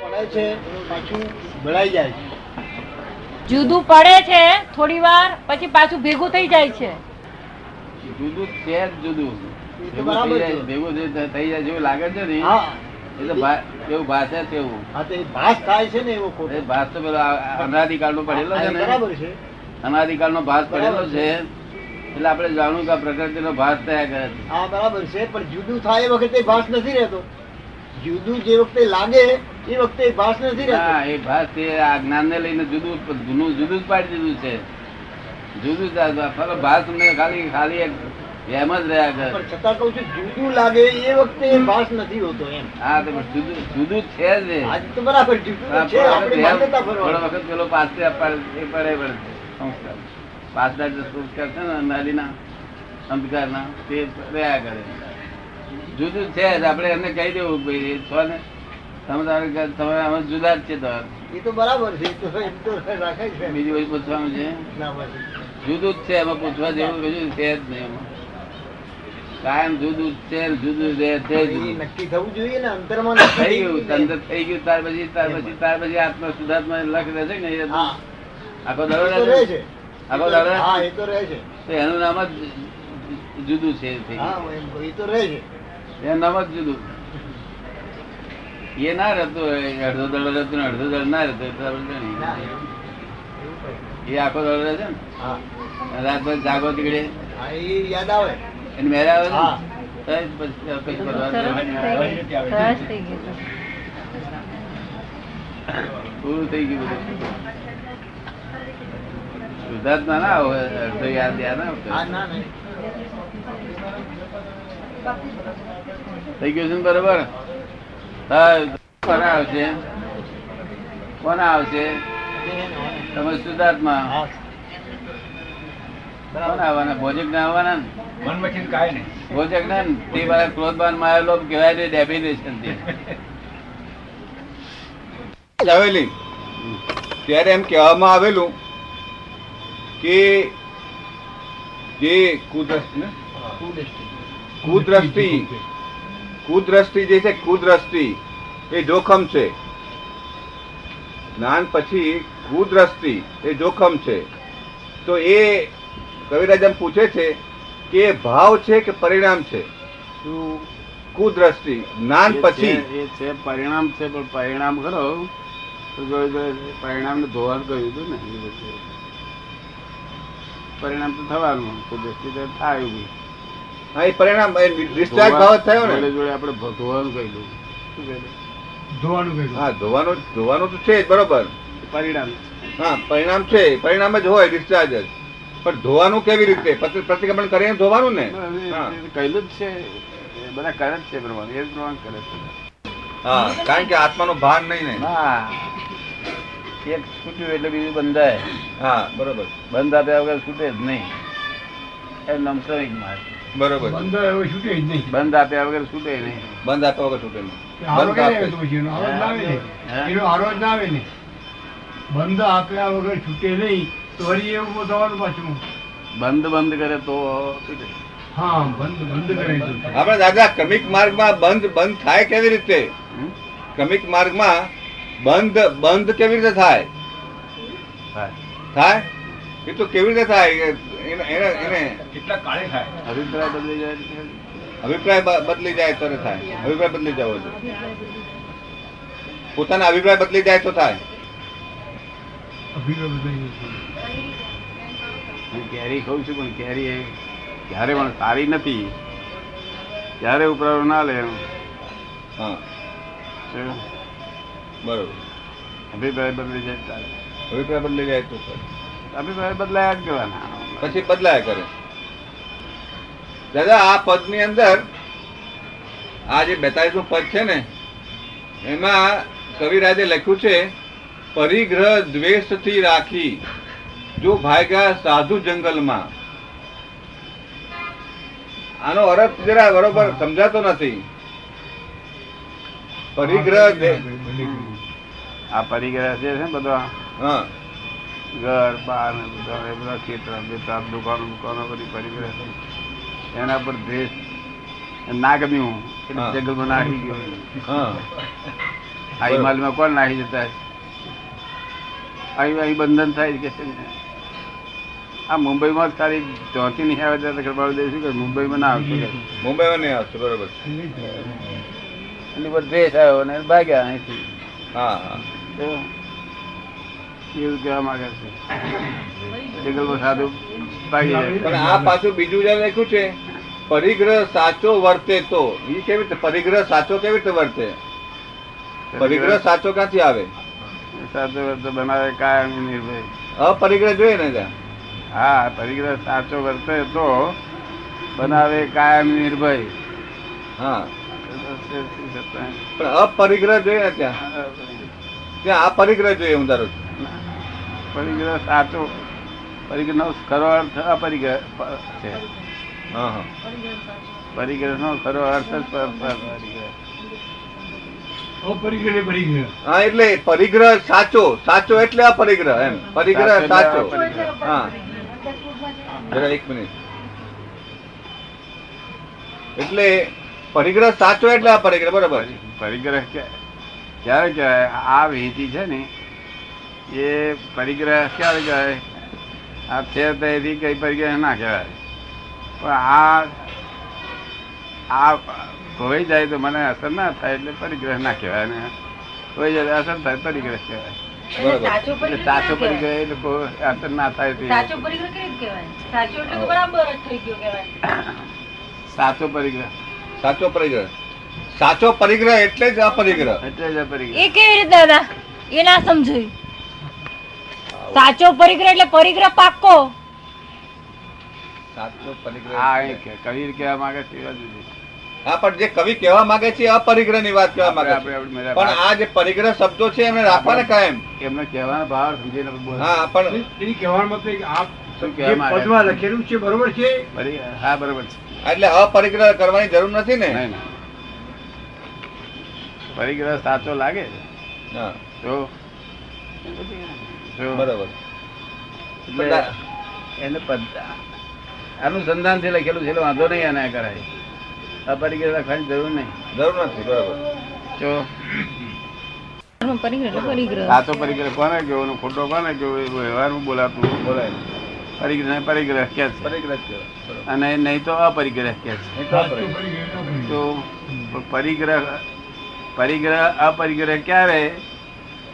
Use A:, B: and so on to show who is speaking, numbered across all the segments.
A: પડાય છે પાછું ભળાઈ જાય છે
B: જુદું પડે છે થોડી વાર પછી પાછું ભેગું થઈ જાય છે
C: જુદું છે જ જુદું
A: એ તો
C: ભેગું થઈ
A: બરાબર
C: જાય
A: છે.
C: ભેગું થઈ જાય- થઈ જાય જેવું લાગે છે ને
A: હા
C: એ તો ભા- એવું ભાષે જ તેવું
A: હા તો એ ભાસ થાય છે ને એવો ખોટો
C: એ ભાસ તો પેલો અનાધિકાળ નો પડેલો
A: હા,
C: છે
A: એ
C: ને
A: બરાબર છે
C: અનાધિકાળ નો ભાસ પડેલો
A: બરાબર
C: છે
A: છે.
C: એટલે આપણે જાણવું કે આ પ્રકૃતિનો ભાસ થયા કરે છે
A: હા બરાબર છે પણ જુદું થાય એ વખતે ભાસ નથી રહેતો જુદું જે વખતે લાગે એ વખતે ભાસ નથી રહેતો
C: હા એ ભાસ તે આ જ્ઞાનને લઈને જુદું જૂનું જુદું જ પાડી દીધું છે જુદું જ આ- પેલો ભાસ તમને ખાલી ખાલી એક એમ જ રહ્યા કરે
A: પણ છતાં કહું છું જુદું લાગે એ વખતે એ ભાસ નથી હોતો એમ
C: હા તો પણ જુદું જુદું જ છે જ એ.
A: આજે તો બરાબર જુદું તો છે આપણે માન્યતા
C: થોડો
A: ફરવા
C: વખત પેલો પાસે આપવા- એ પડે પડે સંસ્કાર પાછલા જે સંસ્કાર છે ને નારીના અંધકારના તે રહ્યા કરે જુદું છે જ આપણે એમને કહી દેવું કે ભાઈ છો ને તમે તમારે ઘર- તમે અમે જુદા જ છે તમારે
A: એ તો બરાબર છે એ તો એમ તો રાખાય છે
C: બીજું કોઈ પૂછવાનું છે
A: ના બસ.
C: જુદું જ છે એમાં પૂછવા જેવું કશું છે જ નહીં એમાં કાયમ જુદું જ છે ને જુદું જ રહે છે
A: એ
C: જુદું.
A: નક્કી થવું જોઈએ ને અંતરમાં નક્કી
C: થઈ ગયું
A: થવું જોઈએ.
C: તંત્ર થઈ ગયું ત્યાર પછી ત્યાર પછી ત્યાર પછી આત્મા શુદ્ધાત્મા લખ રહેશે કે નહીં
A: હા
C: આખો
A: એ
C: દડો
A: તો રહે
C: રહેશે?
A: છે
C: આખો દાડો રહે?
A: હા એ તો રહે છે
C: તો એનું નામ જ જુદું છે થઈ ગયું.
A: હા એમ એ તો રહે છે
C: એનું નામ જ જુદું એ ના રહેતો હોય, અડધો દડો રહેતો ને અડધો દડો ના રહેતો, એટલે આપણે
A: ના,
C: જાણીએ.
A: એવું- એવું કંઈ.
C: એ આખો દડો રહે છે ને
A: હા
C: અને રાતભર જાગો તીકડે
A: હા, એ યાદ આવે
C: એને મેળ આવે છે
A: હા.
C: ને તો જ પછી કઈ
B: સરસ
C: કરવાનું
B: થઈ ગયું. સરસ થઈ ગયું
C: પૂરું થઈ ગયું બધું શુદ્ધાત્મા ના હોય અડધો યાદ યાદ ના
A: હા
C: હોય.
A: ના ના
C: થઈ ગયું છે ને બરોબર હા, કોના આવશે કોના આવશે
A: એ ને, હોય.
C: તમે શુદ્ધાત્મા
A: હા
C: કોણ
A: બરાબર.
C: આવવાના? ભોજક ના આવવાના ને?
D: મન મચીને કાંઈ નહીં
C: ભોજક ના ને? તે વાળા ક્રોધમાન માયાલોભ કહેવાય તે definition છે.
D: આવેલી ત્યારે એમ કહેવામાં આવેલું કે જે કુદ્રષ્ટિ કુદ્રષ્ટિ કુદ્રષ્ટિ જે છે કુદ્રષ્ટિ એ જોખમ છે જ્ઞાન પછી કુદ્રષ્ટિ એ જોખમ છે તો એ કવિરાજ એમ પૂછે છે કે એ ભાવ છે કે પરિણામ છે કુદ્રષ્ટિ જ્ઞાન
C: એ
D: પછી
C: છે- એ છે પરિણામ છે પણ પરિણામ ખરો તો જોડે જોડે પરિણામ ને ધોવાનું કહ્યું હતું ને એ વખતે. પરિણામ તો થવાનું તો દ્રષ્ટિ તો થાય એવું.
D: હા એ પરિણામ એ discharge ભાવ જ થયો
C: જોડે
D: ને
C: જોડે આપણે ભ- ધોવાનું કહ્યું શું કહ્યું?
D: હા ધોવાનું ધોવાનું તો છે જ બરોબર
C: પરિણામ
D: હા પરિણામ છે પરિણામ જ હોય discharge જ પણ ધોવાનું કેવી રીતે પ્રતિ- પ્રતિક્રમણ કરીને ધોવાનું ને હા.
C: કહેલું જ છે એ બધા કરે જ છે પ્રમાણે એ જ પ્રમાણે કરે છે બધા.
D: હા કારણ કે આત્માનો ભાન નહીં ને
C: ના એક છૂટ્યું એટલે બીજું બંધાય
D: હા બરોબર
C: બંધ આપ્યા વગર છૂટે જ નહીં એ નમસમિક માર્ગ
D: બરોબર
E: બંદર એવો છૂટે જ નહીં
C: બંધ આપ્યા વગર છૂટે નહીં
D: બંધ આપવા વગર છૂટે નહીં.
E: હારો
D: બંધ
E: ક્યારે
D: આપે
E: આવ્યો તો પછી એનો હારો જ ના આવે ને
C: હે?
E: એનો હારો જ ના આવે ને બંધ આપ્યા વગર છૂટે નહીં તો વળી એવું બોલવાનું પાછું
C: બંધ બંધ કરે તો છૂટે
E: હા બંધ બંધ કરે તો.
D: આપણે દાદા ક્રમિક માર્ગમાં બંધ બંધ થાય કેવી રીતે
C: હમ?
D: ક્રમિક માર્ગમાં બંધ બંધ કેવી રીતે થાય
C: થાય.
D: થાય એ તો કેવી રીતે થાય એ- એને એને- એને
C: અભિપ્રાય બદલી જાય એટલે
D: અભિપ્રાય બ- બદલી જાય તો થાય અભિપ્રાય બદલી જવો જોઈએ પોતાના અભિપ્રાય બદલી જાય તો થાય
E: અભિપ્રાય બદલાઈ જશે.
C: હું કેરી ખાઉં છું પણ કેરી એ ક્યારે પણ સારી નથી ક્યારે ઉપરાળો ના લે એમ
D: હા
C: શું?
D: બરોબર
C: અભિપ્રાય બદલી જાય ત્યારે.
D: અભિપ્રાય બદલી જાય તો થાય.
C: અભિપ્રાય બદલાયા જ કરવાના
D: પછી બદલાયા કરે દાદા આ પદની અંદર આ જે બેતાલીસમું પદ છે ને એમાં કવિરાજે લખ્યું છે પરિગ્રહ દ્વેષથી રાખી જો ભાગ્યા સાધુ જંગલમાં આનો અર્થ જરા બરોબર સમજાતો નથી પરિગ્રહ દ્વે-
C: આ પરિગ્રહ જે છે ને બધા
D: હા
C: ઘર બાર ને બધા એ બધા ખેતર બેતર દુકાનો દુકાનો બધી પરિગ્રહ છે. એના પર દ્વેષ ના ગમ્યું એટલે
D: હા.
C: જંગલમાં નાખી ગયો
D: હા
C: આ હિમાલયમાં કોણ નાહી જતા હશે? અહીં અહીં બંધન થાય કે છે ને આ મુંબઈમાં જ ખાલી ત્યાંથી નહીં આવે ત્યારે કૃપાળુ દેવ શું કરે? મુંબઈમાં ના આવતો કે
D: મુંબઈમાં નહીં આવશે બરોબર છે.
C: એની પર દ્વેષ આવ્યો ને ભાગ્યા અહીંથી
D: હા હા
C: તો એવું કહેવા માંગે છે જંગલમાં સાધુ ભાગી જાય
D: પણ આ પાછું બીજું જે લખ્યું છે પરિગ્રહ સાચો વર્તે તો એ કેવી રીતે પરિગ્રહ સાચો કેવી રીતે વર્તે પરિગ્રહ સાચો ક્યાંથી આવે
C: સાચો વર્ત બનાવે કાયમ નિર્ભય
D: અપરિગ્રહ જોઈએ ને ત્યાં
C: હા પરિગ્રહ સાચો વર્તે તો બનાવે કાયમ નિર્ભય
D: હા પણ અપરિગ્રહ જોઈએ ને ત્યાં ત્યાં આ પરિગ્રહ જોઈએ હું ધારું છું.
C: પરિગ્રહ સાચો પરિગ્રહ નો ખરો અર્થ અપરિગ્રહ પ- છે
D: હા હા
C: પરિગ્રહ નો ખરો અર્થ જ પ- પ- પરિગ્રહ
E: અપરિગ્રહ પરિગ્રહ
D: હા એટલે પરિગ્રહ સાચો સાચો એટલે અપરિગ્રહ એમ પરિગ્રહ
C: સાચો
D: સાચો
C: એટલે અપરિગ્રહ.
D: હા જરા એક મિનિટ એટલે પરિગ્રહ સાચો એટલે અપરિગ્રહ બરોબર
C: પરી- પરિગ્રહ કે- ક્યારે કહેવાય આ વીંટી છે ને એ પરિગ્રહ ક્યારે કહેવાય આ છે તો એથી કઈ પરિગ્રહ ના કહેવાય પણ આ આ ખોવાઈ જાય તો મને અસર ના થાય એટલે પરિગ્રહ ના કહેવાય ને ખોવાઈ જાય તો અસર થાય પરિગ્રહ કહેવાય
D: બરોબર.
B: સાચો
C: એટલે
B: પરિગ્રહ
C: સાચો
B: ના
C: પરિગ્રહ
B: કહેવાય.
C: એટલે કોઈ અસર ના થાય તે
B: સાચો પરિગ્રહ કેવી રીતે કહેવાય સાચો એટલે તો બરાબર જ થઈ ગયો કહેવાય
C: સાચો પરિગ્રહ
D: સાચો પરિગ્રહ સાચો પરિગ્રહ એટલે જ અપરિગ્રહ
C: એટલે જ આ પરિગ્રહ
B: એ કેવી રીતે દાદા એ ના સમજાયું સાચો પરિગ્રહ એટલે પરિગ્રહ પાક્કો
D: સાચો પરિગ્રહ
C: આ એ કે- કવિ કહેવા માંગે છે એ બાજુ જઈએ.
D: હા પણ જે કવિ કહેવા માંગે છે એ અપરિગ્રહની વાત કહેવા માંગે
C: આપણે-
D: છે
C: આપણે- આપણે-
D: પણ આ જે પરિગ્રહ શબ્દો છે એમને રાખવાના કાયમ
C: એમને કહેવાનો ભાવ સમજીને બોલો.
D: હા પણ
E: એની કહેવાનો મતલબ કે આપ
C: શું
E: જે
C: કહેવા માંગે?
E: પદમાં લખેલું છે બરોબર છે
C: ફરી? હા બરોબર છે
D: એટલે અપરિગ્રહ કરવાની જરૂર નથી ને
C: નહીં, નહીં. પરિગ્રહ સાચો લાગે
D: હા
C: તો તો-
D: બરોબર
C: એટલે એને પદ- અનુસંધાનથી લખેલું છે એટલે વાંધો નહીં એને કરાય અપરિગ્રહ લખવાની જરૂર નહીં
D: જરૂર નથી બરોબર
C: જો
B: પરિગ્રહ એટલે પરિગ્રહ
C: સાચો પરિગ્રહ કોને કહેવો ને ખોટો કોને કહેવો એ વ્યવહારમાં બોલાતું
D: બોલાય
C: પરિગ્રહ પરિગ્રહ કહે છે
D: પરિગ્રહ જ કહેવાય. બરોબર.
C: અને નહીં તો અપરિગ્રહ કહે છે
D: એ તો
E: સાચો
D: અપરિગ્રહ.
E: પરિગ્રહ અપરિગ્રહ.
C: તો પરિગ્રહ પરિગ્રહ અપરિગ્રહ ક્યારે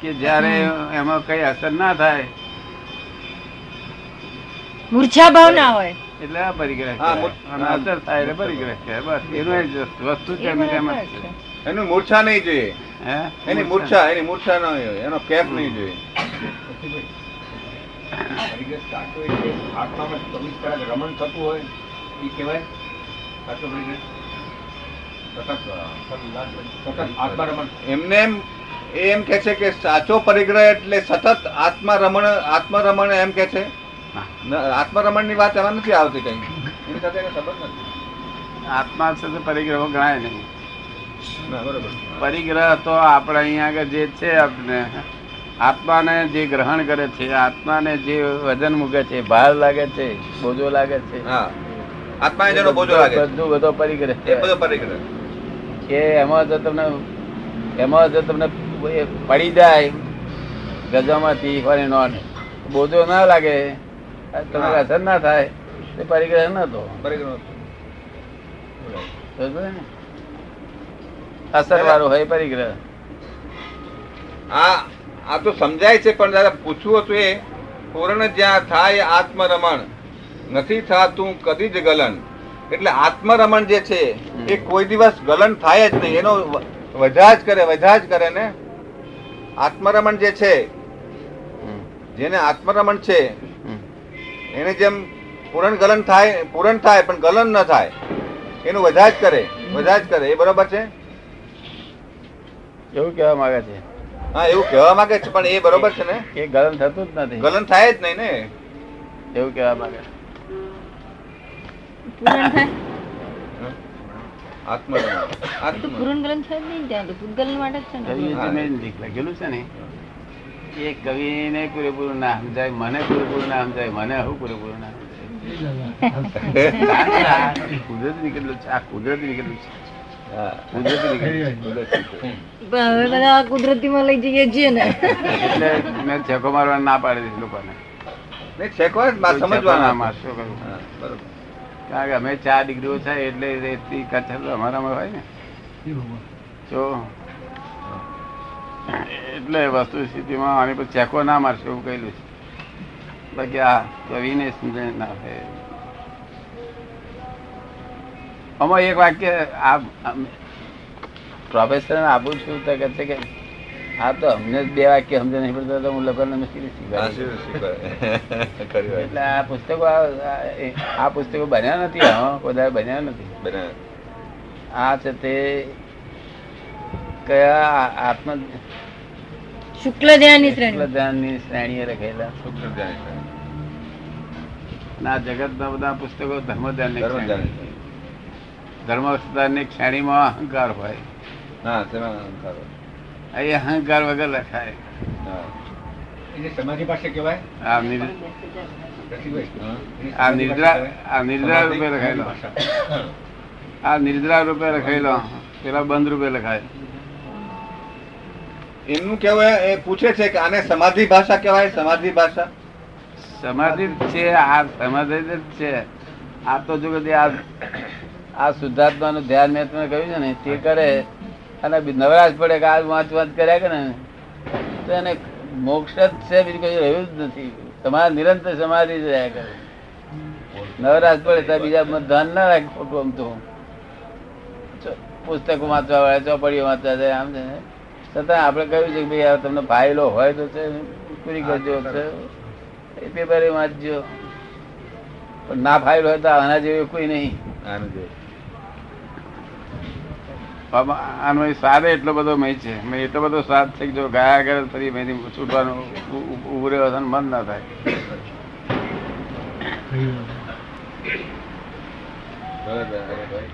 C: કે જ્યારે એમાં કઈ અસર ના થાય
B: મૂર્છા ભાવ ના હોય
C: એટલે અપરિગ્રહ
D: હા,
C: કહેવાય.
D: મૂળ-
C: અને
D: હા.
C: અસર થાય એટલે પરિગ્રહ કહેવાય. બસ એનું એ જ વસ્તુ છે
B: એ
C: એમ તેમ
B: બરાબર
C: જ છે.
B: છે.
D: એનું મૂર્છા નહીં જોઈએ
C: હે?
D: એની મૂર્છા એની મૂર્છા ન હોય એનો કેપ નહીં જોઈએ એમને એમ એ એમ કે છે કે સાચો પરિગ્રહ એટલે સતત આત્મરમણ આત્મરમણ એમ કે છે
C: હા.
D: ન- આત્મરમણની વાત એમાં નથી આવતી કઈ એની સાથે એનો સંબંધ નથી
C: આત્મા છે તો પરિગ્રહ ગણાય નહીં
D: ના, બરોબર
C: પરિગ્રહ તો આપણે અહીંયા આગળ જે છે આપણે આત્માને જે ગ્રહણ કરે છે આત્માને જે વજન મૂકે છે ભાર લાગે છે બોજો લાગે છે
D: હા આત્માએ જેનો બોજો લાગે છે,
C: બધું બધો પરિગ્રહ
D: એ બધો પરિગ્રહ
C: કે એમાં જો તમને એમાં જો તમને એ પડી જાય ગજામાંથી ફરી નોન બોજો ના લાગે તમને
D: હા.
C: અસર ના થાય તે પરિગ્રહ નતો
D: પરિગ્રહ
C: અસર વાળો હોય પરિગ્રહ
D: આ આ તો સમજાય છે પણ દાદા પૂછવું હતું એ પૂર્ણ જ્યાં થાય આત્મરમણ નથી થાતું કદી જ ગલન એટલે આત્મરમણ જે છે
C: હમ.
D: એ કોઈ દિવસ ગલન થાય જ નહીં એનો વ- વધા જ કરે વધા જ કરે ને આત્મરમણ જે છે જેને આત્મરમણ છે એને જેમ પૂરણ ગલન થાય પૂરણ થાય પણ ગલન ન થાય એનું વધા જ કરે વધા જ કરે એ બરોબર છે
C: એવું કહેવા માંગે છે
D: હા એવું કહેવા માંગે છે પણ એ બરોબર છે ને
C: એ ગલન થતું જ નથી
D: ગલન થાય જ નહીં ને
C: એવું કહેવા માંગે છે.
B: પૂરણ થાય
D: આત્મરમણ
B: એ તો
D: આત્મરમણ
B: પૂરણ ગલન છે જ નહીં ત્યાં તો પૂતગલન માટે જ છે ને
C: કવિએ જે મેં લખેલું છે ને એ કવિને પૂરેપૂરું ના સમજાય મને પૂરેપૂરું ના સમજાય મને હું પૂરેપૂરું ના સમજાય
E: એ દાદા.
C: આ કુદરતી નીકળેલું છે આ કુદરતી નીકળેલું છે હા, કુદરતી નીકળી જાય.
B: પણ હવે બધા કુદરતીમાં લઈ જઈએ છીએ ને
C: એટલે મેં છેકો મારવા ના પાડી દીધી લોકોને
D: નહીં, શેકો જ બા-
C: કોઈ છેકો ના
D: સમજવાના
C: મારશો કશું.
D: હા, બરોબર.
C: કારણ કે અમે ચાર ડિગ્રીઓ થાય એટલે એટલી કચર તો અમારામાં હોય ને જો એટલે વસ્તુ સ્થિતિમાં આની પર ચેકો ના મારશો એવું કહેલું છે બાકી આ કવિને સમજણ ના થાય આમાં એક વાક્ય આ પ્રોફેસર આપું છું તો કહે છે કે આ તો અમને જ બે વાક્ય સમજ નહીં પડતા તો હું લોકોને મુશ્કેલી
D: હા,
C: શીખવાડું
D: શું- શું કરે? ખરી વાત.
C: એટલે આ પુસ્તકો આ આ- એ- આ પુસ્તકો બન્યા નથી હા વધારે બન્યા નથી
D: બને.
C: આ છે તે કયા આ- આત્મ
B: શુક્લ ધ્યાનની શ્રેણી
C: ધ્યાનની શ્રેણીએ લખેલા
D: શુક્ર જાણે.
C: અને આ જગતના બધા પુસ્તકો ધર્મ ધ્યાનની
D: ધર્મ
C: શ્રેણી.
D: જાણે.
C: ધર્મ ધ્યાનની શ્રેણીમાં અહંકાર હોય
D: હા, તેમાં અહંકાર હોય.
C: એ અહંકાર વગર લખાય
D: હા.
E: સમાધિ પાસે કેવાય
C: આ નિર- આ નિદ્રા આ નિદ્રા રૂપે લખાયેલો આ નિદ્રા રૂપે લખાયેલો પેલા બંધ રૂપે લખાય
D: એમનું કહેવાય એ પૂછે છે કે આને સમાધિ ભાષા કહેવાય સમાધિ ભાષા
C: સમાધિ જ છે આ સમાધિ જ છે આ તો જો કદી આ આ શુદ્ધાત્માનું ધ્યાન મેં તમને કહ્યું છે ને તે કરે અને બી નવરાશ પડે કે આ વાંચ વાંચ કર્યા કરે ને તો એને મોક્ષ જ છે બીજું કઈ રહ્યું જ નથી તમારે નિરંતર સમાધિ જ રહ્યા કરે નવરાશ પડે તો બીજા મત ધ્યાન ના રાખે ખોટું આમ તો ચ- પુસ્તકો વાંચવા વાળા ચોપડીઓ વાંચવા જાય આમ છે ને. છતાં આપણે કહ્યું છે કે ભાઈ આ તમને ફાઇલો હોય તો છે પૂરી કરજો એ પેપર વાંચજો પણ ના ફાઇલ હોય તો આના જેવી કોઈ નહીં
D: આનું જે
C: આમાં- આનો એ સ્વાદ એટલો બધો મય છે મેં એટલો બધો સ્વાદ છે કે જો ગયા આગળ ફરી મેં છૂટવાનું ઉભરે વસન મન ના થાય
D: બરાબર, બરાબર.